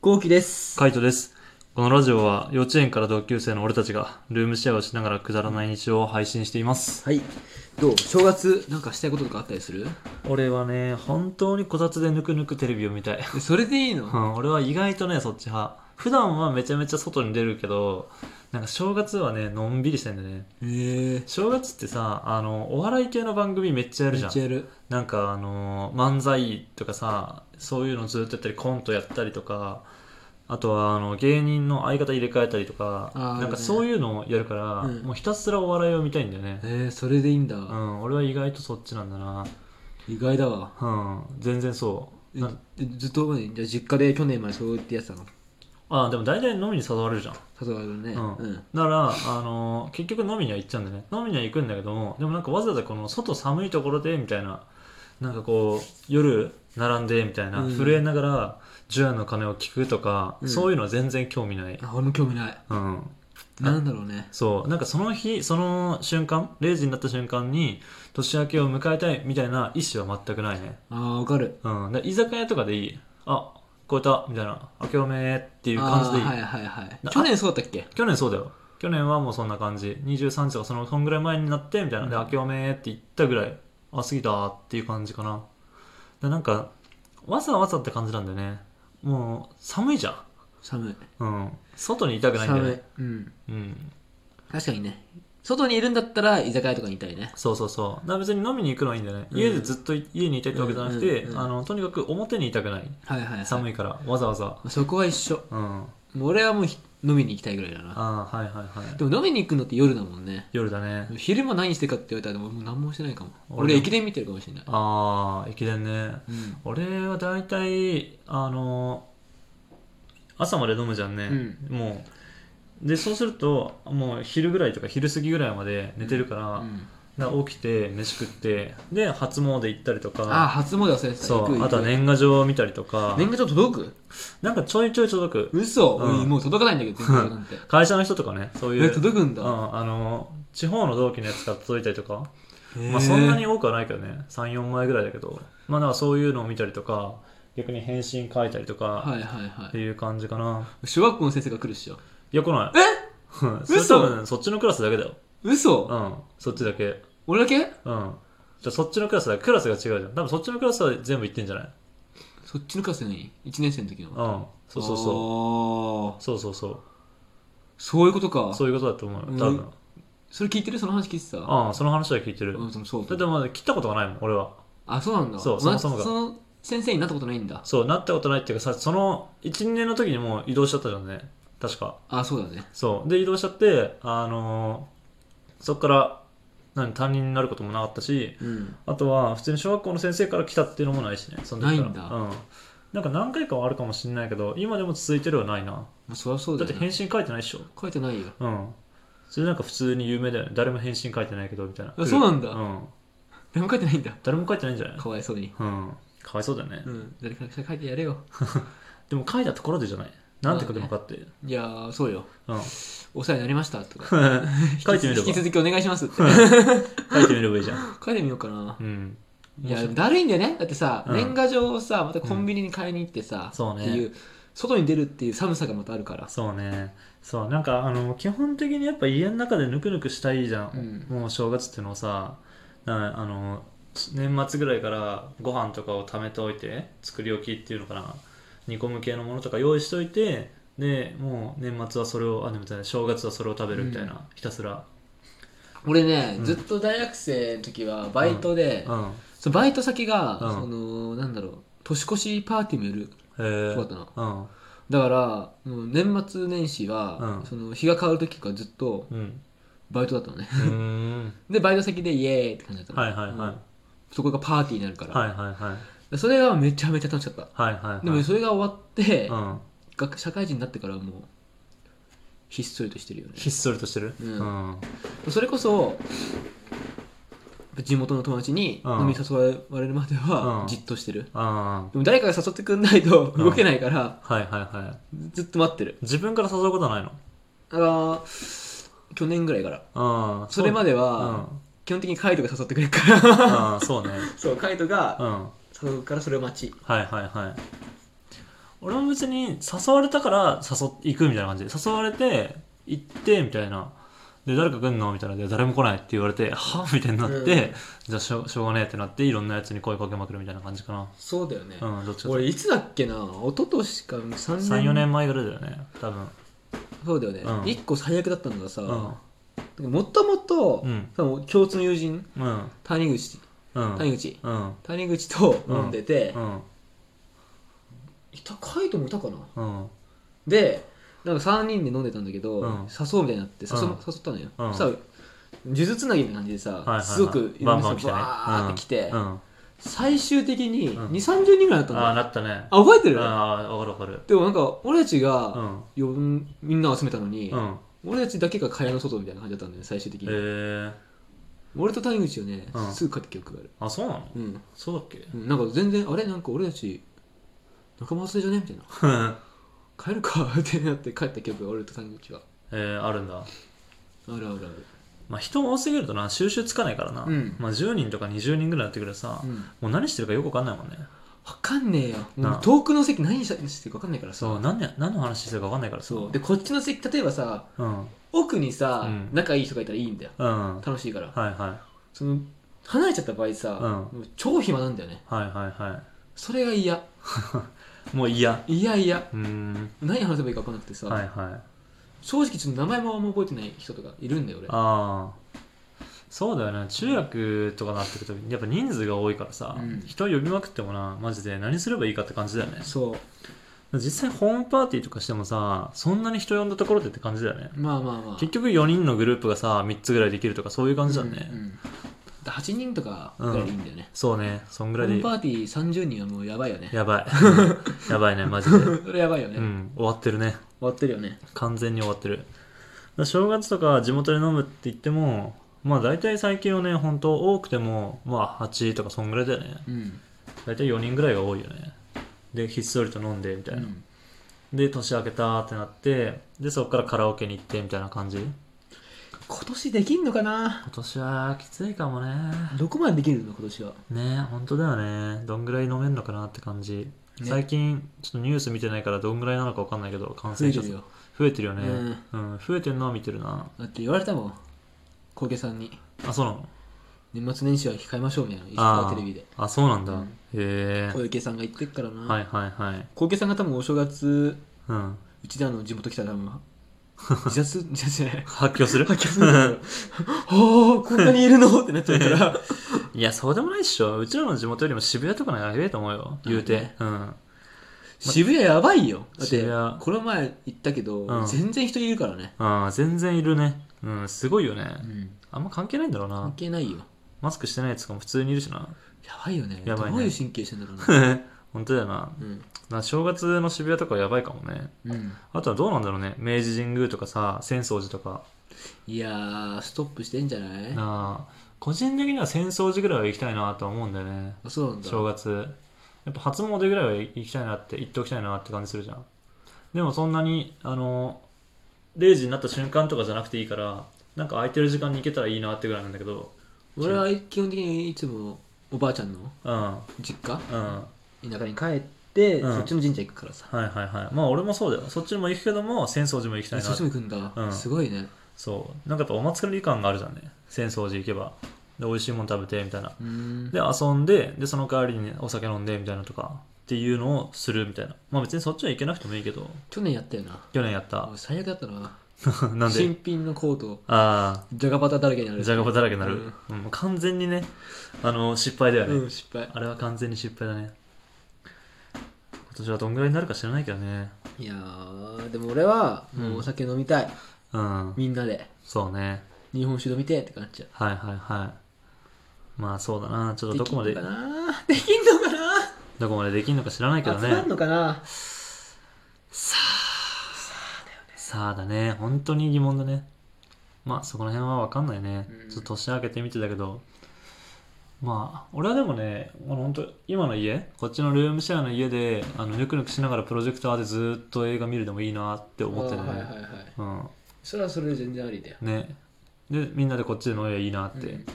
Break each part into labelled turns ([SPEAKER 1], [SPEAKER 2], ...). [SPEAKER 1] ゴーキです。
[SPEAKER 2] カイトです。このラジオは幼稚園から同級生の俺たちがルームシェアをしながらくだらない日常を配信しています。
[SPEAKER 1] はい。どう正月なんかしたいこととかあったりする
[SPEAKER 2] 俺はね、本当にこたつでぬくぬくテレビを見たい。
[SPEAKER 1] えそれでいいう の
[SPEAKER 2] ん、俺は意外とね、そっち派。普段はめちゃめちゃ外に出るけど、なんか正月はね、のんびりしてんだよね。
[SPEAKER 1] ええ
[SPEAKER 2] 正月ってさ、あの、お笑い系の番組めっちゃやる
[SPEAKER 1] め
[SPEAKER 2] じゃ
[SPEAKER 1] っ
[SPEAKER 2] ん
[SPEAKER 1] ち。ゃやる。
[SPEAKER 2] なんかあのー漫才とかさそういうのずっとやったりコントやったりとかあとはあの芸人の相方入れ替えたりとか
[SPEAKER 1] あーあるね
[SPEAKER 2] なんかそういうのをやるから、
[SPEAKER 1] うん
[SPEAKER 2] もうひたすらお笑いを見たいんだよね
[SPEAKER 1] え、えそれでいいんだ、
[SPEAKER 2] うん、俺は意外とそっちなんだな
[SPEAKER 1] 意外だわ。
[SPEAKER 2] うん全然そう
[SPEAKER 1] え
[SPEAKER 2] なん
[SPEAKER 1] えずっと、ね、じゃあ実家で去年までそうやってやってたの
[SPEAKER 2] あーでも大体飲みに誘われるじゃん
[SPEAKER 1] 誘われるね。
[SPEAKER 2] うん
[SPEAKER 1] うん。
[SPEAKER 2] だから、あのー結局飲みには行っちゃうんだね飲みには行くんだけどもでもなんかわざわざこの外寒いところでみたいななんかこう夜並んでみたいな、
[SPEAKER 1] うん
[SPEAKER 2] 震えながら除夜の鐘を聞くとか、
[SPEAKER 1] うん
[SPEAKER 2] そういうのは全然興味ない、
[SPEAKER 1] あ、俺も興味ない。
[SPEAKER 2] うん、
[SPEAKER 1] なんだろうね。
[SPEAKER 2] そうなんかその日その瞬間0時になった瞬間に年明けを迎えたいみたいな意思は全くないね、
[SPEAKER 1] ああ、わかる。
[SPEAKER 2] うん、だから居酒屋とかでいいあ聞こえたみたいな明けおめっていう感
[SPEAKER 1] あ
[SPEAKER 2] じでいい、
[SPEAKER 1] ーはいはいはい
[SPEAKER 2] な。
[SPEAKER 1] 去年そうだったっけ
[SPEAKER 2] 去年そうだよ去年はもうそんな感じ23時とかそのそんぐらい前になってみたいなで
[SPEAKER 1] うん
[SPEAKER 2] 明けおめって言ったぐらいあ過ぎたーっていう感じかなでなんかわざわざって感じなんだよねもう寒いじゃ
[SPEAKER 1] 寒い。
[SPEAKER 2] んうん外にいたくないんだよ
[SPEAKER 1] 寒い
[SPEAKER 2] ね。
[SPEAKER 1] うん。
[SPEAKER 2] うん
[SPEAKER 1] 確かにね。外にいるんだったら居酒屋とかにいたいね。
[SPEAKER 2] そうそうそうだから別に飲みに行くのはいいんだよね、
[SPEAKER 1] うん
[SPEAKER 2] 家でずっとい家にいたいってわけじゃなくて、
[SPEAKER 1] うんうんうん
[SPEAKER 2] あのとにかく表にいたくない
[SPEAKER 1] はいはい、はい。
[SPEAKER 2] 寒いからわざわざ
[SPEAKER 1] そこは一緒。
[SPEAKER 2] うんあ
[SPEAKER 1] もう俺はもうひ飲みに行きたいぐらいだな。
[SPEAKER 2] あーはいはいはい
[SPEAKER 1] でも飲みに行くのって夜だもんね。
[SPEAKER 2] 夜だね
[SPEAKER 1] 昼間何してかって言われたらもう何もしてないかも。
[SPEAKER 2] 俺
[SPEAKER 1] 俺
[SPEAKER 2] も
[SPEAKER 1] 駅伝見てるかもしれない。
[SPEAKER 2] ああ駅伝
[SPEAKER 1] う
[SPEAKER 2] ね
[SPEAKER 1] ん。
[SPEAKER 2] 俺は大体あの朝まで飲むじゃんね、
[SPEAKER 1] う
[SPEAKER 2] もうでそうするともう昼ぐらいとか昼過ぎぐらいまで寝てるから,、
[SPEAKER 1] うん
[SPEAKER 2] だから起きて飯食ってで初詣行ったりと
[SPEAKER 1] ああ、
[SPEAKER 2] か
[SPEAKER 1] 初詣忘れてた。
[SPEAKER 2] そ
[SPEAKER 1] 行く
[SPEAKER 2] うあとは。
[SPEAKER 1] 行く
[SPEAKER 2] 年賀状を見たりとか
[SPEAKER 1] 年賀状届く
[SPEAKER 2] なんかちょいちょい届く
[SPEAKER 1] 嘘、
[SPEAKER 2] うん
[SPEAKER 1] おいもう届かないんだ けど、年賀状なんて。
[SPEAKER 2] 会社の人とかねそうい
[SPEAKER 1] え、
[SPEAKER 2] う、
[SPEAKER 1] 届くん
[SPEAKER 2] う
[SPEAKER 1] だ。
[SPEAKER 2] ん、あの地方の同期のやつから届いたりとか、
[SPEAKER 1] へえ
[SPEAKER 2] まあ、そんなに。多くはないけどね34枚ぐらいだけどまあだからそういうのを見たりとか逆に返信書いたりとか、
[SPEAKER 1] はいはいは
[SPEAKER 2] っていう感じかな。
[SPEAKER 1] い。小学校の先生が来るっしょ。
[SPEAKER 2] いや、来ない。
[SPEAKER 1] え
[SPEAKER 2] うんそれ多分、そっちのクラスだけだよ。
[SPEAKER 1] 嘘
[SPEAKER 2] うん。そっちだけ。うん。
[SPEAKER 1] 俺だけ
[SPEAKER 2] じゃあそっちのクラスだけ。クラスが違うじゃん。多分そっちのクラスは全部行ってんじゃない
[SPEAKER 1] そっちのクラスに ?1 年生の時の。
[SPEAKER 2] うん。そうそうそう。
[SPEAKER 1] そう。
[SPEAKER 2] そうそうそう。
[SPEAKER 1] そういうことか。そ
[SPEAKER 2] そういうことだと思うよ。
[SPEAKER 1] うん
[SPEAKER 2] 多分。
[SPEAKER 1] れ聞いてるその話聞いてた
[SPEAKER 2] うん、その話は聞いてる
[SPEAKER 1] う。ん、そのそう
[SPEAKER 2] だってまだ切ったことがないもん、俺は。
[SPEAKER 1] あ、そうなんだ。
[SPEAKER 2] そう
[SPEAKER 1] 同じ
[SPEAKER 2] そもそもが
[SPEAKER 1] その先生になったことないんだ。
[SPEAKER 2] そう、なったことないっていうかさ、その1、2年の時にもう移動しちゃったじゃんね。確か。
[SPEAKER 1] あ、そうだね。
[SPEAKER 2] そう。で、移動しちゃって、あのーそっから、何、担任になることもなかったし、
[SPEAKER 1] うん。
[SPEAKER 2] あとは普通に小学校の先生から来たっていうのもないしねその時か
[SPEAKER 1] な
[SPEAKER 2] ら
[SPEAKER 1] いんだ
[SPEAKER 2] うん、なんか何回かはあるかもしれないけど今でも続いてるはないな
[SPEAKER 1] まあ、そりゃそう
[SPEAKER 2] だ
[SPEAKER 1] だよ、
[SPEAKER 2] って
[SPEAKER 1] ね。
[SPEAKER 2] 返信書いてないでしょ
[SPEAKER 1] 書いてないよ。
[SPEAKER 2] うんそれなんか普通に有名だよね誰も返信書いてないけどみたいな
[SPEAKER 1] あそうなんだ
[SPEAKER 2] うん、
[SPEAKER 1] 何も書いてないんだ。
[SPEAKER 2] 誰も書いてないんじゃない
[SPEAKER 1] かわいそうに。
[SPEAKER 2] うんかわいそうだよね、
[SPEAKER 1] うん。誰か書いてやれよ。
[SPEAKER 2] でも書いたところでじゃないなんて書くのかって、
[SPEAKER 1] いやー、そうよ。
[SPEAKER 2] うん、
[SPEAKER 1] お世話になりました。とか。
[SPEAKER 2] 書いてみれば
[SPEAKER 1] 引き
[SPEAKER 2] 書
[SPEAKER 1] 続きお願いしますって。
[SPEAKER 2] いてみればいいじゃん
[SPEAKER 1] 書いてみようかな。
[SPEAKER 2] うん
[SPEAKER 1] いや、でもだるいんだよね。だってさ、
[SPEAKER 2] うん
[SPEAKER 1] 年賀状をさ、またコンビニに買いに行ってさ、
[SPEAKER 2] そうね
[SPEAKER 1] っていう、外に出るっていう寒さがまたあるから。
[SPEAKER 2] そうねそうなんかあの基本的にやっぱ家の中でぬくぬくしたいじゃん、もう正月っていうのをさなあの年末ぐらいからご飯とかを貯めておいて作り置きっていうのかな煮込む系のものとか用意しといてでもう年末はそれをあでもじゃない正月はそれを食べるみたいな、ひたすら
[SPEAKER 1] 俺ね、
[SPEAKER 2] うん
[SPEAKER 1] ずっと大学生の時は、バイトで、
[SPEAKER 2] うん
[SPEAKER 1] そのバイト先が、
[SPEAKER 2] うん
[SPEAKER 1] その、なんだろう、年越しパーティーもやる。
[SPEAKER 2] へえ
[SPEAKER 1] そうだったな。
[SPEAKER 2] うん
[SPEAKER 1] だから、もう年末年始は、
[SPEAKER 2] うん
[SPEAKER 1] その日が変わる時からずっと
[SPEAKER 2] うん
[SPEAKER 1] バイトだったのね。
[SPEAKER 2] うーん
[SPEAKER 1] で、バイト先でイエーイって感じだったの。
[SPEAKER 2] はいはいはい、
[SPEAKER 1] うんそこがパーティーになるから。
[SPEAKER 2] はいはいはい
[SPEAKER 1] それがめちゃめちゃ楽しかった。
[SPEAKER 2] はいはいはい
[SPEAKER 1] でもそれが終わって、
[SPEAKER 2] うん、
[SPEAKER 1] 学社会人になってからはもう、ひっそりとしてるよね。
[SPEAKER 2] ひっそりとしてる
[SPEAKER 1] うん
[SPEAKER 2] うん、
[SPEAKER 1] それこそ、地元の友達に
[SPEAKER 2] うん
[SPEAKER 1] 飲み誘われるまで
[SPEAKER 2] う
[SPEAKER 1] は
[SPEAKER 2] ん
[SPEAKER 1] じっとしてる。
[SPEAKER 2] あ
[SPEAKER 1] でも誰かが誘ってくんないと
[SPEAKER 2] うん
[SPEAKER 1] 動けないから、
[SPEAKER 2] ーはいはいはい
[SPEAKER 1] ずっと待ってる。
[SPEAKER 2] 自分から誘うことはないの
[SPEAKER 1] あー去年ぐらいから。
[SPEAKER 2] ああ
[SPEAKER 1] それまで
[SPEAKER 2] う
[SPEAKER 1] は、
[SPEAKER 2] ん
[SPEAKER 1] 基本的にカイトが誘ってくれるから。
[SPEAKER 2] ああそうね
[SPEAKER 1] そう、カイト
[SPEAKER 2] う
[SPEAKER 1] が
[SPEAKER 2] んは
[SPEAKER 1] 誘うからそれを待ち。
[SPEAKER 2] いはいはい俺も別に誘われたから誘っ行くみたいな感じで誘われて行ってみたいなで誰か来んのみたいなで誰も来ないって言われてはみたいになって、
[SPEAKER 1] うん
[SPEAKER 2] じゃあしょうしょうがねえってなっていろんなやつに声かけまくるみたいな感じかな
[SPEAKER 1] そうだよね、
[SPEAKER 2] うんどっちか
[SPEAKER 1] 俺いつだっけな一昨年か3年
[SPEAKER 2] 34年前ぐらいだよね多分
[SPEAKER 1] そうだよね、
[SPEAKER 2] うん
[SPEAKER 1] 1個最悪だったのがさ、
[SPEAKER 2] うん
[SPEAKER 1] もともと
[SPEAKER 2] うん
[SPEAKER 1] 共通の友人
[SPEAKER 2] うん
[SPEAKER 1] 谷口
[SPEAKER 2] うん
[SPEAKER 1] 谷口
[SPEAKER 2] うん
[SPEAKER 1] 谷口と飲んでて、
[SPEAKER 2] うん
[SPEAKER 1] いたカイトもいたかな
[SPEAKER 2] うん
[SPEAKER 1] でなんか3人で飲んでたんだけど、
[SPEAKER 2] うん
[SPEAKER 1] 誘うみたいになって誘,、
[SPEAKER 2] うん
[SPEAKER 1] 誘ったのよ、
[SPEAKER 2] う
[SPEAKER 1] そ
[SPEAKER 2] ん
[SPEAKER 1] したら数珠つなぎみたいな感じでさ、
[SPEAKER 2] いはいはい
[SPEAKER 1] すごくいろんな人がバーって来て、
[SPEAKER 2] うんあ
[SPEAKER 1] 最終的に2
[SPEAKER 2] うん
[SPEAKER 1] 3 0人ぐらいだった
[SPEAKER 2] あ
[SPEAKER 1] んだよ、
[SPEAKER 2] なったね
[SPEAKER 1] あ覚えてる
[SPEAKER 2] ああ分かる分か
[SPEAKER 1] でもなんか俺たち
[SPEAKER 2] るう
[SPEAKER 1] が
[SPEAKER 2] ん
[SPEAKER 1] よんみんなを集めたのに、
[SPEAKER 2] うん
[SPEAKER 1] 俺たちだけが蚊帳の外みたいな感じだったんだよね最終的
[SPEAKER 2] え
[SPEAKER 1] に、
[SPEAKER 2] ー、
[SPEAKER 1] 俺と谷口はね、
[SPEAKER 2] うん
[SPEAKER 1] すぐ帰った記憶がある
[SPEAKER 2] あそうなの
[SPEAKER 1] うん、
[SPEAKER 2] そうだっ け
[SPEAKER 1] うん、なんか全然あれなんか俺たち仲間忘れじゃねみたいな帰るかってなって帰った記憶が俺と谷口は
[SPEAKER 2] えー、あるんだ
[SPEAKER 1] あるあるある
[SPEAKER 2] まあ、人が多すぎるとな収集つかないからな、
[SPEAKER 1] うん
[SPEAKER 2] まあ、10人とか20人ぐらいになってくるとさ、
[SPEAKER 1] うん
[SPEAKER 2] もう何してるかよく分かんないもんね
[SPEAKER 1] わかんねえよ
[SPEAKER 2] な
[SPEAKER 1] もう遠くの席何したしてるかわかんないからさ
[SPEAKER 2] そう何や何の話してるか分かんないからさ
[SPEAKER 1] そうでこっちの席例えばさ
[SPEAKER 2] うんうん
[SPEAKER 1] 奥にさ、
[SPEAKER 2] うん
[SPEAKER 1] 仲いい人がいたらいいんだよ
[SPEAKER 2] はい
[SPEAKER 1] 楽しいから
[SPEAKER 2] はいはい
[SPEAKER 1] その離れちゃった場合さ、
[SPEAKER 2] う
[SPEAKER 1] もう超暇なんだよね
[SPEAKER 2] はいは
[SPEAKER 1] それが嫌
[SPEAKER 2] いもう嫌
[SPEAKER 1] いやいや
[SPEAKER 2] うーん
[SPEAKER 1] 何話せばいいか分かんなくてさ、
[SPEAKER 2] はいはい
[SPEAKER 1] 正直ちょっと名前もあんま覚えてない人とかいるんだよ俺
[SPEAKER 2] ああそうだよね中学とかなってくるとやっぱ人数が多いからさ、
[SPEAKER 1] うん
[SPEAKER 2] 人呼びまくってもなマジで何すればいいかって感じだよね
[SPEAKER 1] そう
[SPEAKER 2] 実際ホームパーティーとかしてもさそんなに人呼んだところでって感じだよね
[SPEAKER 1] まあまあまあ
[SPEAKER 2] 結局4人のグループがさ3つぐらいできるとかそういう感じだよね、
[SPEAKER 1] うんうんだ8人とかぐらいでいいんだよね、
[SPEAKER 2] そうね、そんぐ
[SPEAKER 1] ホ
[SPEAKER 2] らい
[SPEAKER 1] ー
[SPEAKER 2] でい
[SPEAKER 1] ム
[SPEAKER 2] い
[SPEAKER 1] パ。ーティー30人はもうやばいよね
[SPEAKER 2] や ばい。やばいね、マジで。う
[SPEAKER 1] それやばいよね、終
[SPEAKER 2] ん、終わってるね。
[SPEAKER 1] わってるよね
[SPEAKER 2] 完全に終わってる。だから正月とか地元で飲むって言っても、まあ大体最近はね、本当多くても、まあ8とかそんぐらいだよね。
[SPEAKER 1] うん、
[SPEAKER 2] 大体4人ぐらいが多いよね。で、ひっそりと飲んでみた
[SPEAKER 1] う
[SPEAKER 2] いな。
[SPEAKER 1] ん、
[SPEAKER 2] で、年明けたってなって、で、そこからカラオケに行ってみたいな感じ。今
[SPEAKER 1] 今年できんのかな
[SPEAKER 2] 年はきついかもね。
[SPEAKER 1] どこまでできるの今年は
[SPEAKER 2] ね本当だよねどんぐらい飲めんのかなって感じ、
[SPEAKER 1] ね
[SPEAKER 2] 最近ちょっとニュース見てないからどんぐらいなのか分かんないけど感
[SPEAKER 1] 増え
[SPEAKER 2] 染
[SPEAKER 1] てる
[SPEAKER 2] 者数
[SPEAKER 1] よ
[SPEAKER 2] 増えてるよね、うん増えてるのは見てるな
[SPEAKER 1] だって言われたもん小池さんに
[SPEAKER 2] あそうなの
[SPEAKER 1] 年末年始は控えましょうみたいな石川テレビで
[SPEAKER 2] あそうなんだ、
[SPEAKER 1] うん
[SPEAKER 2] へえ
[SPEAKER 1] 小池さんが言ってっからな、
[SPEAKER 2] はいはいはい
[SPEAKER 1] 小池さんが多分お正月
[SPEAKER 2] うん
[SPEAKER 1] うちであの地元来たら多分自殺自殺じゃない
[SPEAKER 2] 発狂する
[SPEAKER 1] 発狂するんだよはあこんなにいるのってなっちゃうから
[SPEAKER 2] いやそうでもないっしょうちらの地元よりも渋谷とかの方がやべえと思うよ言うてうん
[SPEAKER 1] 渋谷やばいよだって
[SPEAKER 2] 渋谷
[SPEAKER 1] この前行ったけど、
[SPEAKER 2] うん
[SPEAKER 1] 全然人いるからね、
[SPEAKER 2] あー全然いるねうんすごいよね、
[SPEAKER 1] うん、
[SPEAKER 2] あんま関係ないんだろう
[SPEAKER 1] 関
[SPEAKER 2] な
[SPEAKER 1] 係ないよ
[SPEAKER 2] マスクしてないやつとかも普通にいるしな
[SPEAKER 1] やばいよね
[SPEAKER 2] やばいね
[SPEAKER 1] どういう神経してんだろう な
[SPEAKER 2] 本当だよな
[SPEAKER 1] うん
[SPEAKER 2] な正月の渋谷とかやばいかもね
[SPEAKER 1] うん、
[SPEAKER 2] あとはどうなんだろうね明治神宮とかさ浅草寺とか
[SPEAKER 1] いやーストップしてんじゃない
[SPEAKER 2] なあ個人的には浅草寺ぐらいは行きたいなとは思うんだよね
[SPEAKER 1] あそうなんだ
[SPEAKER 2] 正月やっぱ初詣ぐらいは行きたいなって行っておきたいなって感じするじゃんでもそんなにあの0時になった瞬間とかじゃなくていいからなんか空いてる時間に行けたらいいなってぐらいなんだけど
[SPEAKER 1] 俺は基本的にいつもおばあちゃんの
[SPEAKER 2] うんうん
[SPEAKER 1] 実家
[SPEAKER 2] は
[SPEAKER 1] 田舎に帰って、
[SPEAKER 2] うん
[SPEAKER 1] そっちの神社行くからさ
[SPEAKER 2] いはいはいまあ俺もそうだよそっちも行くけども浅草寺も行きたい
[SPEAKER 1] え
[SPEAKER 2] な
[SPEAKER 1] そっちも行くんだ、
[SPEAKER 2] うん
[SPEAKER 1] すごいね
[SPEAKER 2] そうなんかやっぱお祭り感があるじゃんね浅草寺行けばで美味しいもの食べてみたいな
[SPEAKER 1] うーん
[SPEAKER 2] で遊んででその代わりにお酒飲んでみたいなとかっていうのをするみたいなまあ別にそっちは行けなくてもいいけど
[SPEAKER 1] 去年やったよな
[SPEAKER 2] 去年やった
[SPEAKER 1] 俺最悪だったな
[SPEAKER 2] なんで
[SPEAKER 1] 新品のコート
[SPEAKER 2] あ
[SPEAKER 1] じゃがバタだらけにな
[SPEAKER 2] あ
[SPEAKER 1] る
[SPEAKER 2] じゃがバタだらけになる、うんもう完全にねあの失敗だよね、
[SPEAKER 1] うん失敗
[SPEAKER 2] あれは完全に失敗だね今年はどんぐらいになるか知らないけどね
[SPEAKER 1] いやーでも俺は
[SPEAKER 2] うん
[SPEAKER 1] もうお酒飲みたい、
[SPEAKER 2] うん
[SPEAKER 1] みんなで
[SPEAKER 2] そうね
[SPEAKER 1] 日本酒飲みてえって感じちゃう
[SPEAKER 2] はいはいはいまあそうだなちょっとどこまで
[SPEAKER 1] きんのかなできんのかな
[SPEAKER 2] どこまでできるのか知らないけど
[SPEAKER 1] 集
[SPEAKER 2] ね
[SPEAKER 1] まんのかな
[SPEAKER 2] さあだね本当に疑問だねまあそこら辺は分かんないね、
[SPEAKER 1] うん
[SPEAKER 2] ちょっと年明けてみてだけどまあ俺はでもねあの本当今の家こっちのルームシェアの家であのぬくぬくしながらプロジェクターでずっと映画見るでもいいなって思ってる
[SPEAKER 1] あ
[SPEAKER 2] ね、
[SPEAKER 1] ーはいはいはいそれはそれで全然ありだよ
[SPEAKER 2] うんねでみんなでこっちで飲めばいいなって、
[SPEAKER 1] うん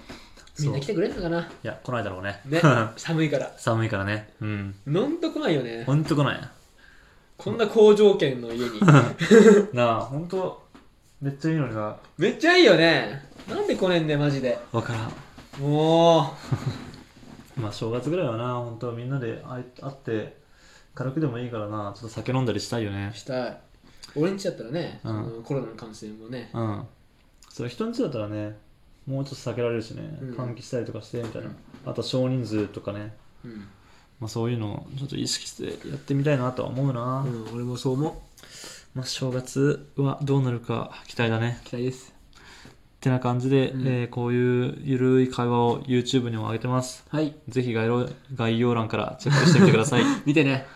[SPEAKER 2] そう
[SPEAKER 1] みんな来てくれんのかない
[SPEAKER 2] や来ないだ ろうね
[SPEAKER 1] ね寒いから
[SPEAKER 2] 寒いからねうん
[SPEAKER 1] 飲んとこないよね
[SPEAKER 2] ほんと来ない
[SPEAKER 1] こんな好条件の家 に
[SPEAKER 2] なあ本当めっちゃいいのにな
[SPEAKER 1] めっちゃいいよねなんで来ねんねマジで
[SPEAKER 2] わからん
[SPEAKER 1] も
[SPEAKER 2] まあ正月ぐらいはな本当みんなで会い会って軽くでもいいからなちょっと酒飲んだりしたいよね
[SPEAKER 1] うしたい俺んちだったらね、
[SPEAKER 2] うん
[SPEAKER 1] そのコロナの感染もね
[SPEAKER 2] うんそれ人んちだったらねもうちょっと避けられるしね、
[SPEAKER 1] うん
[SPEAKER 2] 換気したりとかしてみたいな、
[SPEAKER 1] うん
[SPEAKER 2] あと少人数とかね、
[SPEAKER 1] うん、
[SPEAKER 2] まあ、そういうのをちょっと意識してやってみたいなとは思うな、
[SPEAKER 1] うん、俺もそう思
[SPEAKER 2] まあ正月はどうなるか期待だね
[SPEAKER 1] う期待です
[SPEAKER 2] ってな感じで、
[SPEAKER 1] うん
[SPEAKER 2] えーこういうゆるい会話を YouTube にも上げてます
[SPEAKER 1] はい
[SPEAKER 2] ぜひ概要概要欄からチェックしてみてください
[SPEAKER 1] 見てね